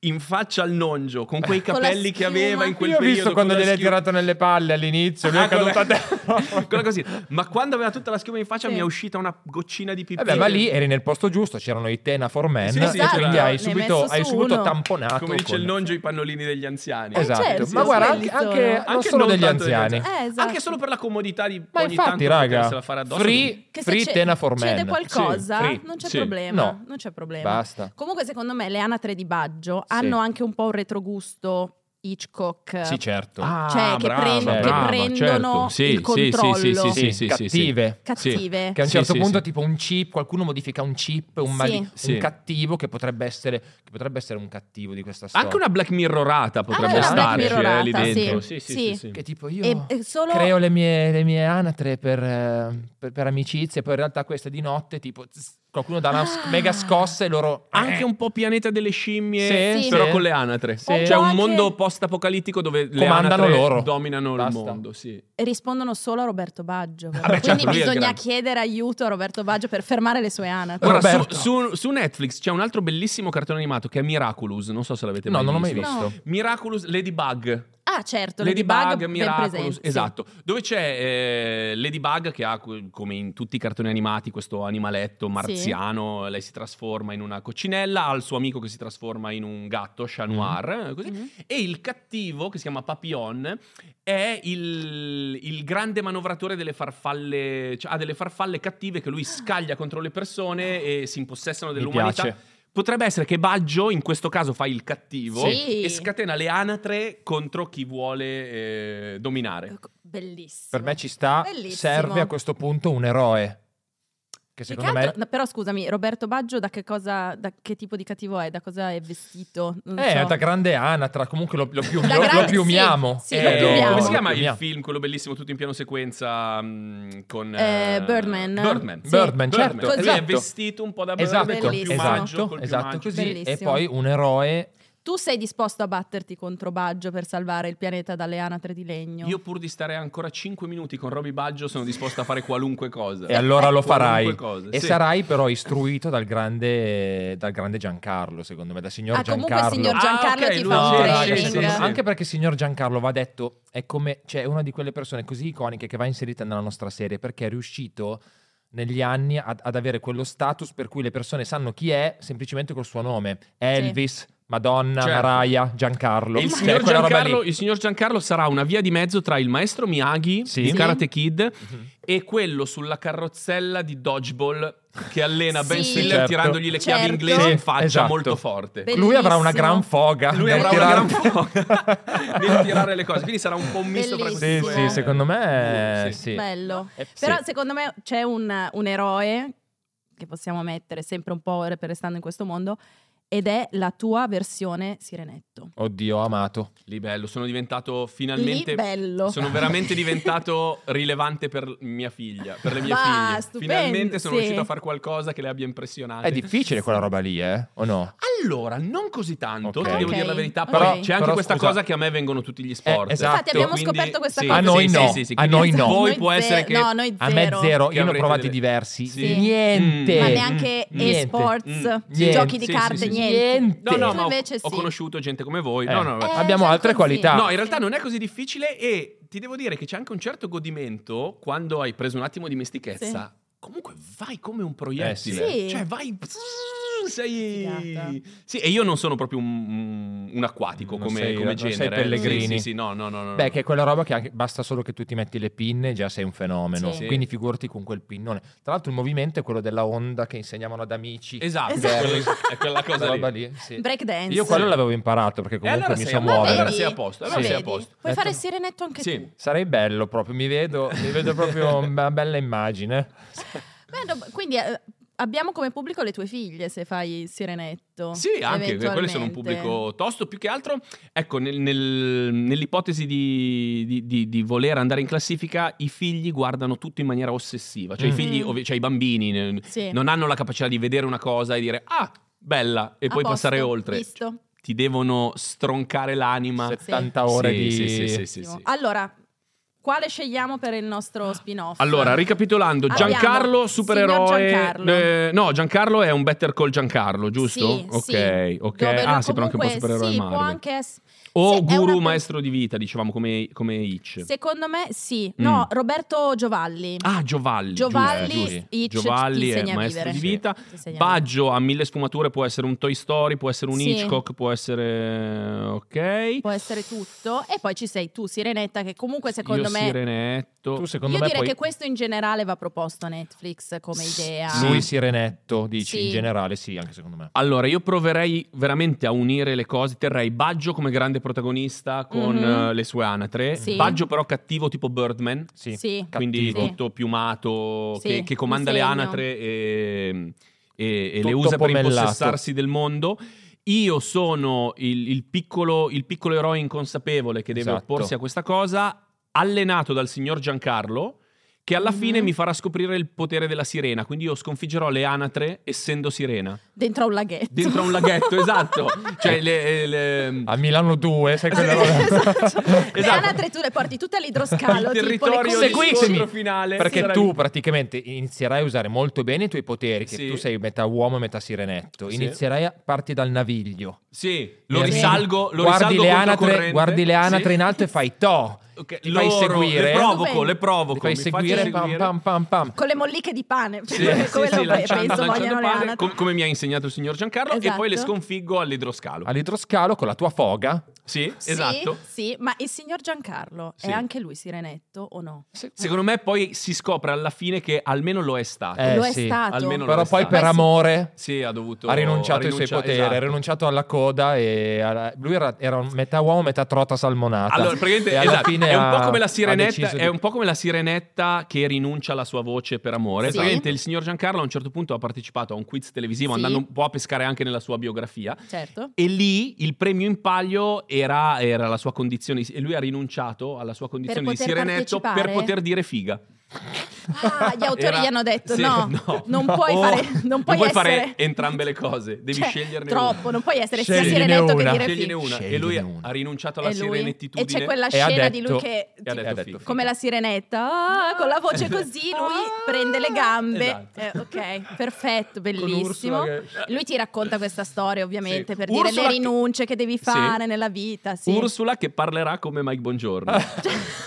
in faccia al nongio con quei Con la capelli che schiuma. aveva in quel Io ho periodo. visto quando con la gliel'hai schiuma. tirato nelle palle all'inizio, lui Ah, è caduto quella- a [laughs] terra. quella così. Ma quando aveva tutta la schiuma in faccia Sì. mi è uscita una goccina di pipì. Vabbè, ma lì eri nel posto giusto, c'erano i Tena for Men, Sì, sì, Esatto, quindi c'era- ne hai hai subito, messo hai su subito uno. tamponato. come dice con- il noncio i pannolini degli anziani. Eh, Esatto, certo, ma sì, guarda, quelli anche, anche- sono. non solo non degli tanto anziani. Eh, esatto. Anche solo per la comodità di Ma ogni infatti, tanto raga, potersela fare addosso. free, Che se free c'è- Tena for Cede Men. qualcosa, Sì, free, non c'è sì. problema. No. Non c'è problema. Basta. Comunque, secondo me, le anatre di Baggio Sì. hanno anche un po' un retrogusto Hitchcock. Sì, certo. Ah, Cioè, che brava, prend- che brava, prendono certo. Sì, il sì, sì, sì, controllo. sì, sì, sì, sì, sì. cattive. Cattive. Che a un Sì, certo sì, punto, sì. tipo un chip, qualcuno modifica un chip, un, Sì. mali- un Sì. cattivo che potrebbe, essere, che potrebbe essere un cattivo di questa storia. Anche una Black Mirrorata potrebbe Ah, una Black starci eh, lì Mirrorata, dentro. sì. Sì. Che tipo io E- e solo- creo le mie, le mie anatre per, eh, per, per amicizie, poi in realtà questa di notte, tipo zzz, qualcuno dà una s- Ah. mega scossa e loro... Anche un po' pianeta delle scimmie, eh. Sì, Sì. però sì. con le anatre. Sì. C'è un Anche- mondo post-apocalittico dove le Comandano anatre loro. dominano Basta. il mondo. Sì. E rispondono solo a Roberto Ah, Baggio. però. Vabbè, certo, Quindi lui è il bisogna grande. chiedere aiuto a Roberto Baggio per fermare le sue anatre. Guarda, su- Roberto. su, su Netflix c'è un altro bellissimo cartone animato che è Miraculous. Non so se l'avete No, mai non l'ho mai visto. visto. No. Miraculous Ladybug. Ah, certo, Ladybug, Ladybug, ben Miraculous, presente. sì. esatto. Dove c'è eh, Ladybug che ha, come in tutti i cartoni animati, questo animaletto marziano. Lei si trasforma in una coccinella, ha il suo amico che si trasforma in un gatto, Chat Noir, così. Mhm. E il cattivo, che si chiama Papillon, è il, il grande manovratore delle farfalle, cioè ha delle farfalle cattive che lui scaglia contro le persone e si impossessano Mi dell'umanità. piace. Potrebbe essere che Baggio in questo caso fa il cattivo Sì. e scatena le anatre contro chi vuole eh, dominare. Bellissimo. Per me ci sta, Bellissimo. serve a questo punto un eroe. Che Più secondo che me... altro- no, però scusami, Roberto Baggio da che cosa, da che tipo di cattivo è? Da cosa è vestito? Non Eh, so. da grande anatra, [laughs] comunque lo, lo, piu- Da lo- lo grande- piumiamo. Sì, lo Eh, piumiamo. come si Lo chiama il piumiamo. film, quello bellissimo, tutto in piano sequenza mm, con Eh, Birdman. Birdman. Sì. Birdman, certo. Birdman. Lui è esatto. vestito un po' da Esatto, Birdman, col Bellissimo. piumaggio, esatto, col esatto, piumaggio. così. E Bellissimo. poi un eroe Tu sei disposto a batterti contro Baggio per salvare il pianeta dalle anatre di legno? Io pur di stare ancora 5 minuti con Roby Baggio sono disposto a fare qualunque cosa. e allora lo farai. Eh, ecco, Qualunque cosa, E sì. sarai però istruito dal grande, dal grande Giancarlo, secondo me, dal signor ah, comunque Giancarlo. il signor Ah, Giancarlo ok, ti lui- fa un No, Sì, raga, training. sì, secondo me- sì. anche perché il signor Giancarlo va detto è come cioè, è una di quelle persone così iconiche che va inserita nella nostra serie perché è riuscito negli anni ad, ad avere quello status per cui le persone sanno chi è semplicemente col suo nome Elvis Madonna Certo. Mariah Giancarlo E il, Cioè, signor quella roba Giancarlo, lì. il signor Giancarlo sarà una via di mezzo tra il maestro Miyagi Sì. di Sì. Karate Kid Mhm. e quello sulla carrozzella di dodgeball che allena Ben Sì. Stiller Certo. tirandogli le Certo. chiavi inglesi in Sì, faccia esatto. molto forte. Bellissimo. lui avrà una gran foga Lui nel avrà una gran [laughs] tirare- foga nel tirare le cose, quindi sarà un po' un misto tra questi sì Bellissimo. due. sì secondo me Sì. sì. Bello. Eh, sì. Però secondo me c'è un, un eroe che possiamo mettere sempre un po' per restando in questo mondo ed è la tua versione Sirenetto. oddio amato Lì bello, sono diventato finalmente Lì bello. sono veramente diventato rilevante per mia figlia, per le mie Ma, figlie. stupendo, Finalmente sono sì. riuscito a fare qualcosa che le abbia impressionate. è difficile quella roba lì eh o no Allora, non così tanto, Ok. ti devo Ok. dire la verità. Ok. Poi Però- c'è anche però questa scusa. cosa che a me vengono tutti gli sport. Eh, esatto. Infatti abbiamo Quindi- scoperto questa sì, cosa. A noi sì, no, sì, sì, sì, a quindi noi no. Voi Esatto. Noi può ze- essere che No, noi a me zero. zero io Che ne ho avrete provati delle- diversi Mm. Sì. niente Ma Eh, neanche Mm, niente. e-sports, Mm, niente. giochi di Sì, carte, sì, sì, sì. niente. No, no, Tu ma ho, invece ho sì. conosciuto gente come voi. Eh. No, no, Eh, Abbiamo già altre così. qualità. No, in realtà non è così difficile e ti devo dire che c'è anche un certo godimento quando hai preso un attimo di mestichezza. Comunque vai come un proiettile. Eh, sì. Cioè vai... Figata. Sei... Sì, e io non sono proprio un, un acquatico Non come, sei- come non sei genere. eh. Pellegrini. Sì, sì, sì, no, no, no. no, Beh, no. che è quella roba che anche- basta solo che tu ti metti le pinne e già sei un fenomeno. Sì. Quindi figurati con quel pinnone. Tra l'altro, il movimento è quello della onda che insegnavano ad amici. Esatto, Esatto. È, quella, [laughs] è quella Quella cosa lì. roba lì, sì. Break dance. Io quello l'avevo imparato perché comunque allora mi sei so a- ma muovere. allora sei a posto, allora sei a posto. Puoi Ecco. fare sirenetto anche Sì. tu. Sarei bello proprio, mi vedo, mi vedo [laughs] proprio una bella immagine. Beh, no, quindi eh, abbiamo come pubblico le tue figlie se fai il sirenetto. Sì, anche eventualmente. quelli sono un pubblico tosto. Più che altro, ecco, nel- nel- nell'ipotesi di, di- di- di voler andare in classifica, i figli guardano tutto in maniera ossessiva. Cioè, Mm. i figli, ovvi- cioè i bambini, ne- Sì. non hanno la capacità di vedere una cosa e dire ah, bella, e A poi posto, passare oltre. Visto. Ti devono stroncare l'anima. 70 ore Sì, di... sì, sì, sì, sì, sì. Allora, Quale scegliamo per il nostro spin-off? Allora, ricapitolando, Abbiamo Giancarlo, signor supereroe. Giancarlo. eh, no, Giancarlo è un Better Call Giancarlo, giusto? Sì, ok, sì. ok. Dove lui ah, sì, però anche un po' comunque- supereroe sì, Marvel. può anche ess- O se è guru una pe- maestro di vita, dicevamo come, come Hitch. Secondo me sì. Mm. No, Roberto Giovalli. Ah, Giovalli. Giovalli, giusto, eh, giusto. Hitch Giovalli ti è insegna a maestro vivere. di vita. Ti segna bene. Baggio a mille sfumature può essere un Toy Story, può essere un Sì. Hitchcock, può essere. eh, Ok. Può essere tutto. E poi ci sei tu, Sirenetta, che comunque secondo Io me... Sirenetto. Tu secondo io me direi poi che questo in generale va proposto a Netflix come S- idea. questo- lui Sirenetto dici Sì. in generale sì, anche secondo me. Allora, io proverei veramente a unire le cose. Terrei Baggio come grande protagonista con Mhm. eh, le sue anatre. Sì. Baggio, però, cattivo tipo Birdman. Sì. Sì. Quindi Cattivo. tutto piumato, Sì, che, che comanda un le segno. anatre e, e- e le Tutto usa per pomellato. impossessarsi del mondo. Io sono il, il piccolo, il piccolo eroe inconsapevole che deve Esatto. opporsi a questa cosa, allenato dal signor Giancarlo, che alla Mhm. fine mi farà scoprire il potere della sirena. Quindi io sconfiggerò le anatre essendo sirena. Dentro a un laghetto. Dentro a [laughs] un laghetto, esatto. Cioè, le- le- A Milano 2, sai quella [laughs] roba? esatto. Le Esatto. anatre tu le porti tutte all'idroscalo. tipo, il le territorio cose- di Seguitemi, di finale Perché sarà- tu praticamente inizierai a usare molto bene i tuoi poteri, che Sì. tu sei metà uomo e metà sirenetto. Sì. Inizierai a parti dal naviglio. Sì, lo E risalgo, lo guardi risalgo le controcorrente. anatre, guardi le anatre Sì. in alto e fai to. Ok, Ti fai loro, seguire. Le provoco, Stupendo. le provoco. Ti fai mi faccio seguire, pam pam pam pam. Con le molliche di pane. [laughs] Sì, Come sì, lo sì, penso lanciando, lanciando vogliano le pane, anatre. com- come mi ha insegnato il signor Giancarlo, e Esatto. poi le sconfiggo Ah. all'idroscalo. All'idroscalo con la tua foga. Sì, Sì, esatto. Sì, ma il signor Giancarlo Sì. è anche lui sirenetto o no? Secondo me poi si scopre alla fine che almeno lo è stato. Eh, lo è sì. stato. Almeno lo Però è poi stato. per Poi sì. amore Eh Sì, ha dovuto ha rinunciato ai suoi rinuncia- poteri, ha esatto. rinunciato alla coda e alla- lui era, era un metà uomo, metà trota salmonata. Allora, praticamente E alla esatto, fine è, un po ha- come la ha sirenetta, deciso di- è un po' come la sirenetta che rinuncia alla sua voce per amore. Sì. Praticamente il signor Giancarlo a un certo punto ha partecipato a un quiz televisivo, Sì. andando un po' a pescare anche nella sua biografia. [laughs] Certo. E lì il premio in palio era, era la sua condizione, di- e lui ha rinunciato alla sua condizione di poter sirenetto per partecipare? poter dire figa. Ah, gli autori Era- gli hanno detto sì, no, [laughs] no. non puoi O- fare, non puoi, puoi essere... fare entrambe [laughs] le cose, devi Cioè, sceglierne una. troppo, non puoi essere sia Scegliene sirenetto che una. dire Scegliene figo. una. e Scegliene lui una. ha rinunciato alla È lui. E sirenetitudine. c'è quella E ha scena di detto- lui che e ha ti- detto, ha detto figa. come la sirenetta, ah, con la voce così, lui Ah. prende le gambe. Ah! Esatto. Eh, [laughs] ok, perfetto, bellissimo. Ursula che- Lui ti racconta questa storia, ovviamente, Sì. per dire Ursula le che- rinunce che devi Sì. fare nella vita. Sì. Ursula che parlerà come Mike Bongiorno. [laughs]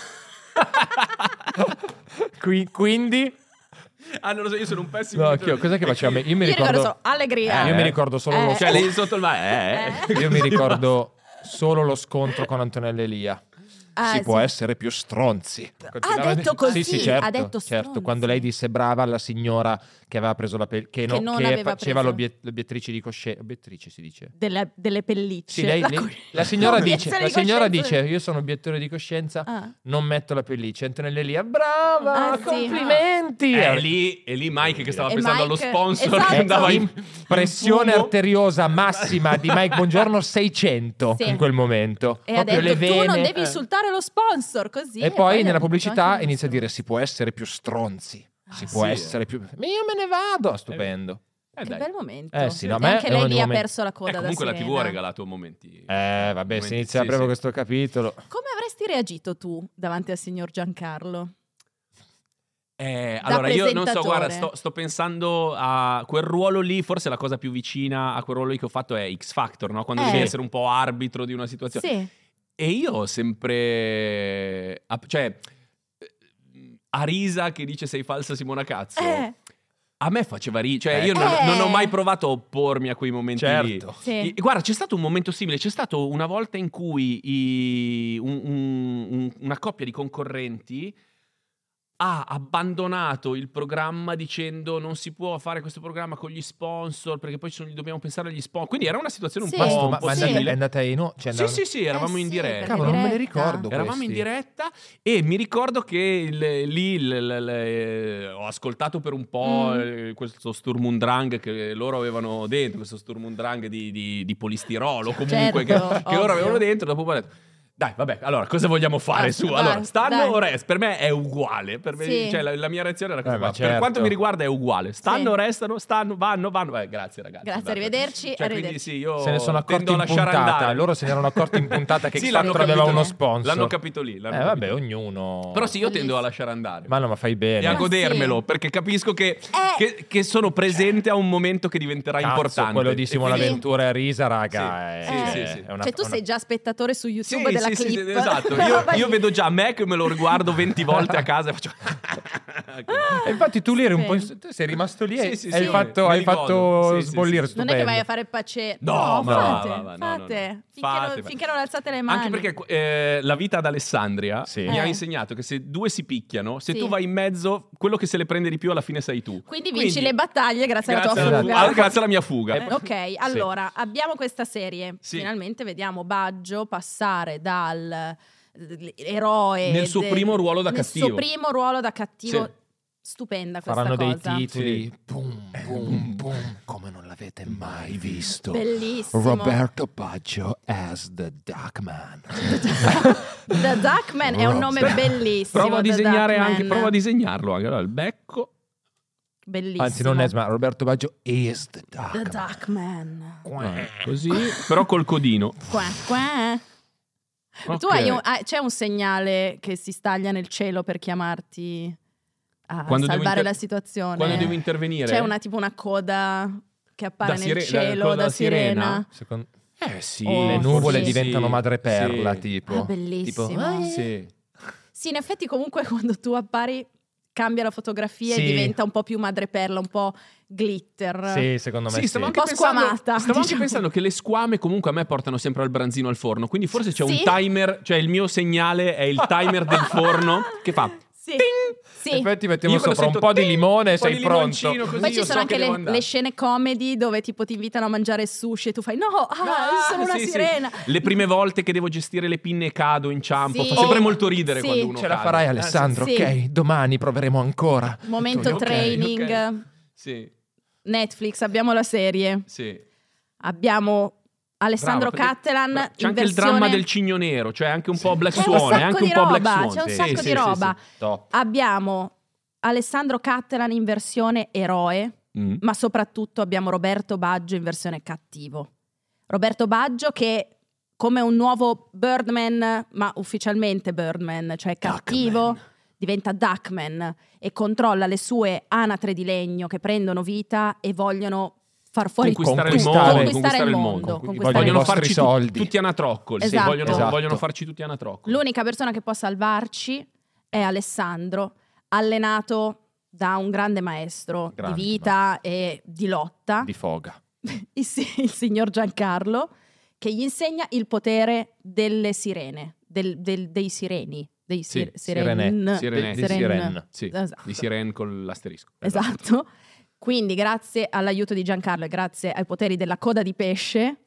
Ah. Qui- quindi [laughs] ah, non lo so, io sono un pessimo. No, genitore. chi- cos'è che faceva? Io mi Io ricordo, ricordo, solo allegria. io mi Eh. ricordo solo lo Eh. Cioè, lì scontro. sotto il ma- eh. Io mi ricordo solo lo scontro con Antonella Elia. Ah, si sì. può essere più stronzi. Continuava a detto dire- così, Sì, sì, certo, ha detto certo. stronzi. Quando lei disse brava alla signora che aveva preso la pel- che, no- Che non che aveva faceva preso. l'obiet- l'obiettrice di coscienza. Obiettrice si dice. Delle, delle pellicce. Sì, lei- lei- la, co- signora dice, l'obiezione la di signora coscienza. dice, io sono obiettore di coscienza, Ah. non metto la pelliccia. Antonella Elia, brava, Ah, sì. complimenti. Eh, lì, e lì Mike che stava E Mike- pensando allo sponsor esatto. che andava in pressione in fumo. arteriosa massima di Mike Buongiorno 600 Sì. in quel momento. E ha Proprio detto le tu non vene. eh." devi insultare lo sponsor così. E, poi l'ha nella detto pubblicità anche inizia a lui. dire si può essere più stronzi, si Ah, può sì. essere più... Ma io me ne vado, stupendo. Eh, Che dai. bel momento. Eh, sì, no, E a me anche è lei un lì ha momento- perso la Eh, coda. da comunque la TV ha sirena. regalato momenti. Eh, vabbè, momenti- si inizia sì, proprio sì. questo capitolo. Come avresti reagito tu davanti al signor Giancarlo? Eh, allora, io non so, presentatore. guarda, sto, sto pensando a quel ruolo lì, forse la cosa più vicina a quel ruolo lì che ho fatto è X Factor, no? Quando Eh. devi essere un po' arbitro di una situazione. Sì. E io ho sempre... a- Cioè, eh, Arisa che dice sei falsa Simona Cazzo, Eh, a me faceva ridere. Cioè, Eh. io non, Eh. non ho mai provato a oppormi a quei momenti lì. Certo. sì. E- Guarda, c'è stato un momento simile. C'è stato una volta in cui i- un- un- un- una coppia di concorrenti ha abbandonato il programma dicendo non si può fare questo programma con gli sponsor perché poi ci sono- dobbiamo pensare agli sponsor. Quindi era una situazione un Sì. po', Basta, un Oh, ma, po' ma è sì. andata- è simile. andata in... o- cioè Sì, andavano- sì, sì, eravamo Eh in sì, diretta. perché Cavolo, non me ne diretta. ricordo. Eravamo in questi. diretta e mi ricordo che il- lì il- il- il- ho ascoltato per un po' Mm. eh, questo Sturm und Drang che loro avevano dentro, questo Sturm und Drang di, di- di polistirolo comunque, Certo, che- che, loro ovvio. avevano dentro. Dopo poi ho detto, Dai, vabbè, allora cosa vogliamo fare Basta, su? Allora, basta, stanno dai. o rest? Per me è uguale, per me- Sì. cioè, la, la mia reazione era questa Eh, qua. ma Per certo. quanto mi riguarda è uguale. Stanno, Sì. o restano, stanno, vanno, vanno. Eh, grazie ragazzi. Grazie, Dai, arrivederci, cioè, Quindi arrivederci. sì, io Se ne sono accorti tendo a in lasciare puntata, andare. loro se ne erano accorti [laughs] in puntata che Sì, X l'hanno Factor aveva capito. uno sponsor. L'hanno capito lì. l'hanno Eh vabbè, capito. ognuno. Però sì, io tendo Bellissimo. a lasciare andare. Ma no, ma fai E a bene. Ma godermelo, sì. Eh. perché capisco che, che- che sono presente a un momento che diventerà Cazzo, importante. quello di E Simone quindi- Ventura e Risa, raga. Eh, Sì, è, sì, sì, sì. è una- cioè tu una- sei già spettatore su YouTube della sì, clip. sì, [laughs] esatto. Quella Io, roba io lì. vedo già me che me lo riguardo [laughs] 20 volte a casa [laughs] e faccio. E infatti tu lì eri un po'. in- tu sei rimasto lì e Sì, sì, hai sì. fatto, Me hai li fatto godo. Sì, sì, sbollire sì. Non stupendo. è che vai a fare pace. No, no, fate, va, va, no, no, no. fate. Finché, Fate, non, fate. finché non alzate le mani. Anche perché eh, la vita ad Alessandria Sì. mi Eh. ha insegnato che se due si picchiano, se Sì. tu vai in mezzo, quello che se le prende di più alla fine sei tu. Quindi vinci le battaglie grazie, grazie alla tua alla fuga. tua- Ah, grazie alla mia fuga. Eh, ok, allora abbiamo questa serie. Sì. Finalmente vediamo Baggio passare dal eh, eroe Nel suo primo ruolo da nel cattivo. suo primo ruolo da cattivo. Sì. Stupenda questa Faranno dei cosa. titoli. Sì. Boom, Eh, boom, boom, come non l'avete mai visto. Bellissimo. Roberto Baggio as the Duckman. The Duckman è un nome Aspetta, bellissimo. Prova a The disegnare Duckman. anche, prova a disegnarlo anche. Allora, il becco. Bellissimo. Anzi, non è, ma Roberto Baggio. Is the The Duckman. Duckman. eh, [laughs] così, però col codino. Qua, qua. Tu Ok. hai un- ah, c'è un segnale che si staglia nel cielo per chiamarti a Quando devo salvare inter- la situazione. Quando devo intervenire. C'è una, tipo una coda che appare Da nel sire- da- cielo coda da, da sirena. Secondo... Eh sì, Oh, le nuvole sì. diventano madreperla, Sì. tipo. eh, Ah, bellissimo. Tipo, Sì. Sì, in effetti comunque [laughs] quando tu appari cambia la fotografia Sì. e diventa un po' più madreperla, un po' glitter. Sì, secondo me Sì, sì. stavo Un anche po' pensando- squamata, Stavo anche diciamo. pensando che le squame comunque a me portano sempre al branzino al forno, quindi forse c'è Sì. un timer, cioè il mio segnale è [laughs] il timer del forno che fa Sì. Sì. In effetti mettiamo Io quando sopra un sento po' di ting, limone e un po' di sei pronto. limoncino, così Poi io ci sono so anche che devo le, andare. le scene comedy dove tipo ti invitano a mangiare sushi e tu fai no, ah, Ah, sono una sì, sì. sirena. Le prime volte che devo gestire le pinne e cado, inciampo, Sì. fa sempre Oh. molto ridere Sì. quando uno Ce la cade. farai Eh, Alessandro, Sì. ok? Domani proveremo ancora. Momento Ok, ok. training. Sì, Netflix, abbiamo la serie. sì. Abbiamo Alessandro Bravo, perché- Cattelan. Bravo. C'è in anche il versione- dramma del cigno nero, cioè anche un po' Black C'è un Swan, è sacco anche di un po' Black roba, Swan. c'è un sì, sacco sì, di sì, roba. Top. Abbiamo Alessandro Cattelan in versione eroe, sì. Mm. ma soprattutto abbiamo Roberto Baggio in versione cattivo. Roberto Baggio che come un nuovo Birdman, ma ufficialmente Birdman, cioè cattivo, diventa Duckman e controlla le sue anatre di legno che prendono vita e vogliono far fuori Conquistare tutto, il mondo, conquistare il conquistare il mondo, mondo, conquistare il vogliono mondo. i vostri farci tu- soldi. tutti anatroccoli, sì, Esatto. vogliono, Esatto. vogliono farci tutti anatroccoli. L'unica persona che può salvarci è Alessandro, allenato da un grande maestro Grande di vita e di lotta, Di foga. il, si- [laughs] il signor Giancarlo, che gli insegna il potere delle sirene, del- del- dei sireni, dei sir- Sì, siren- sirenette, sirene- di siren. Sì, Esatto. di Siren con l'asterisco. Esatto. Quindi grazie all'aiuto di Giancarlo e grazie ai poteri della coda di pesce,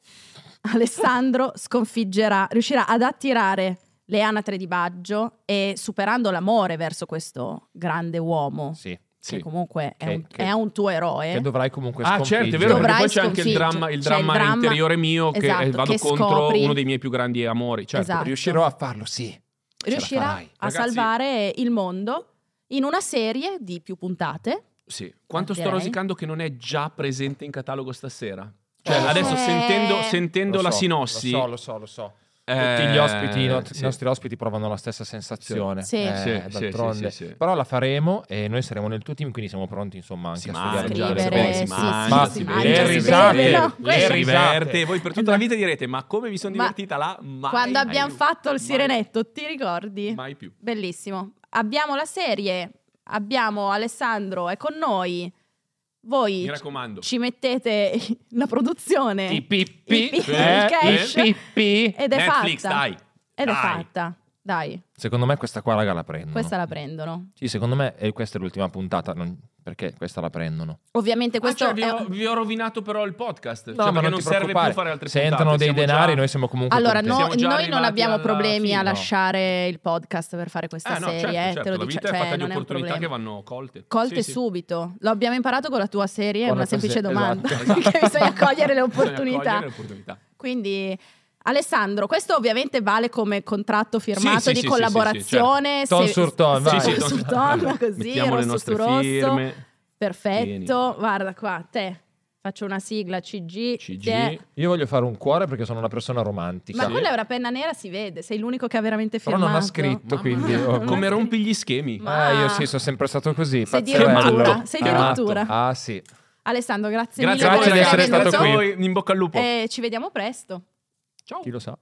[laughs] Alessandro sconfiggerà, riuscirà ad attirare le anatre di Baggio e superando l'amore verso questo grande uomo, Sì. Sì. che comunque è, Che- un, che- è un tuo eroe. Che dovrai comunque Ah, sconfiggere. certo, è vero, perché Dovrai poi c'è anche il sconfiggere. dramma, il C'è il dramma dramma- interiore mio che esatto, eh, vado che contro scopri. uno dei miei più grandi amori. Certo. Esatto. Riuscirò a farlo, sì. Riuscirà a Ragazzi- salvare il mondo in una serie di più puntate. Sì. Quanto sto Direi. rosicando che non è già presente in catalogo stasera. Cioè, Eh. adesso sentendo, sentendo Lo la so, sinossi, Lo so, lo so, lo so. eh, Tutti gli ospiti, i no- sì. i nostri ospiti provano la stessa sensazione. Sì. Eh, Sì, sì, d'altronde. sì, sì, sì. Però la faremo e noi saremo nel tuo team, quindi siamo pronti, insomma, anche Si a mangia, studiare tutte le Scrivere, cose. sì, si sì, mangia, sì, si si beve, mangia, si si risate, beve, no, le questo- esatto. riverte, e voi per tutta la vita direte ma come vi sono Ma- divertita là? Mai, Quando abbiamo più. fatto il Mai- sirenetto, ti ricordi? Mai più. Bellissimo. Abbiamo la serie, abbiamo Alessandro, è con noi. Voi Mi raccomando. ci mettete [laughs] la produzione I I pippi, pippi, Eh. eh, il cash. i pippi. ed è Netflix, fatta. dai. Ed dai. è fatta. Dai, Secondo me questa qua, raga, la prendono. questa la prendono. Sì, secondo me eh, questa è l'ultima puntata, non- perché questa la prendono. Ovviamente questo Ah, cioè, vi, è- ho, vi ho rovinato però il podcast. cioè, perché ma non, ti serve preoccupare. più fare altre Se puntate. entrano dei siamo denari, già- noi siamo comunque Allora, contenti. no- Siamo già noi non arrivati abbiamo alla problemi fine, a no. lasciare il podcast per fare questa Eh, no, serie, certo, eh, certo, te lo la dico, vita è cioè, fatta di non è un opportunità che problema. vanno colte. Colte Sì, sì. subito. L'abbiamo imparato con la tua serie, è Con una la tua semplice serie, [laughs] domanda. esatto, Perché bisogna cogliere le Bisogna opportunità. cogliere le opportunità. Quindi Alessandro, questo ovviamente vale come contratto firmato Sì, sì, di sì, collaborazione. sì, sì, certo. Ton sur ton, vai. Sì, Sì, sì, su non- ton, così, Mettiamo le rosso nostre su Eh, rosso. firme. Perfetto, guarda qua, te. Faccio una sigla CG. CG. te. Io voglio fare un cuore perché sono una persona romantica. Ma Sì. quella è una penna nera, si vede, sei l'unico che ha veramente Però firmato. non ha scritto, Mamma quindi, mia, oh, Non ha Come scritto. rompi gli schemi. Ma- Eh, io sì, sono sempre stato così. Sei di pazzerello. rottura, sei Che di matto. rottura. Ah, sì. Alessandro, grazie, Grazie, a mille voi, per Eh, ragazzi, essere grazie venuto. a [laughs] voi. In bocca al lupo. E ci vediamo presto. Ciao. Chi lo sa?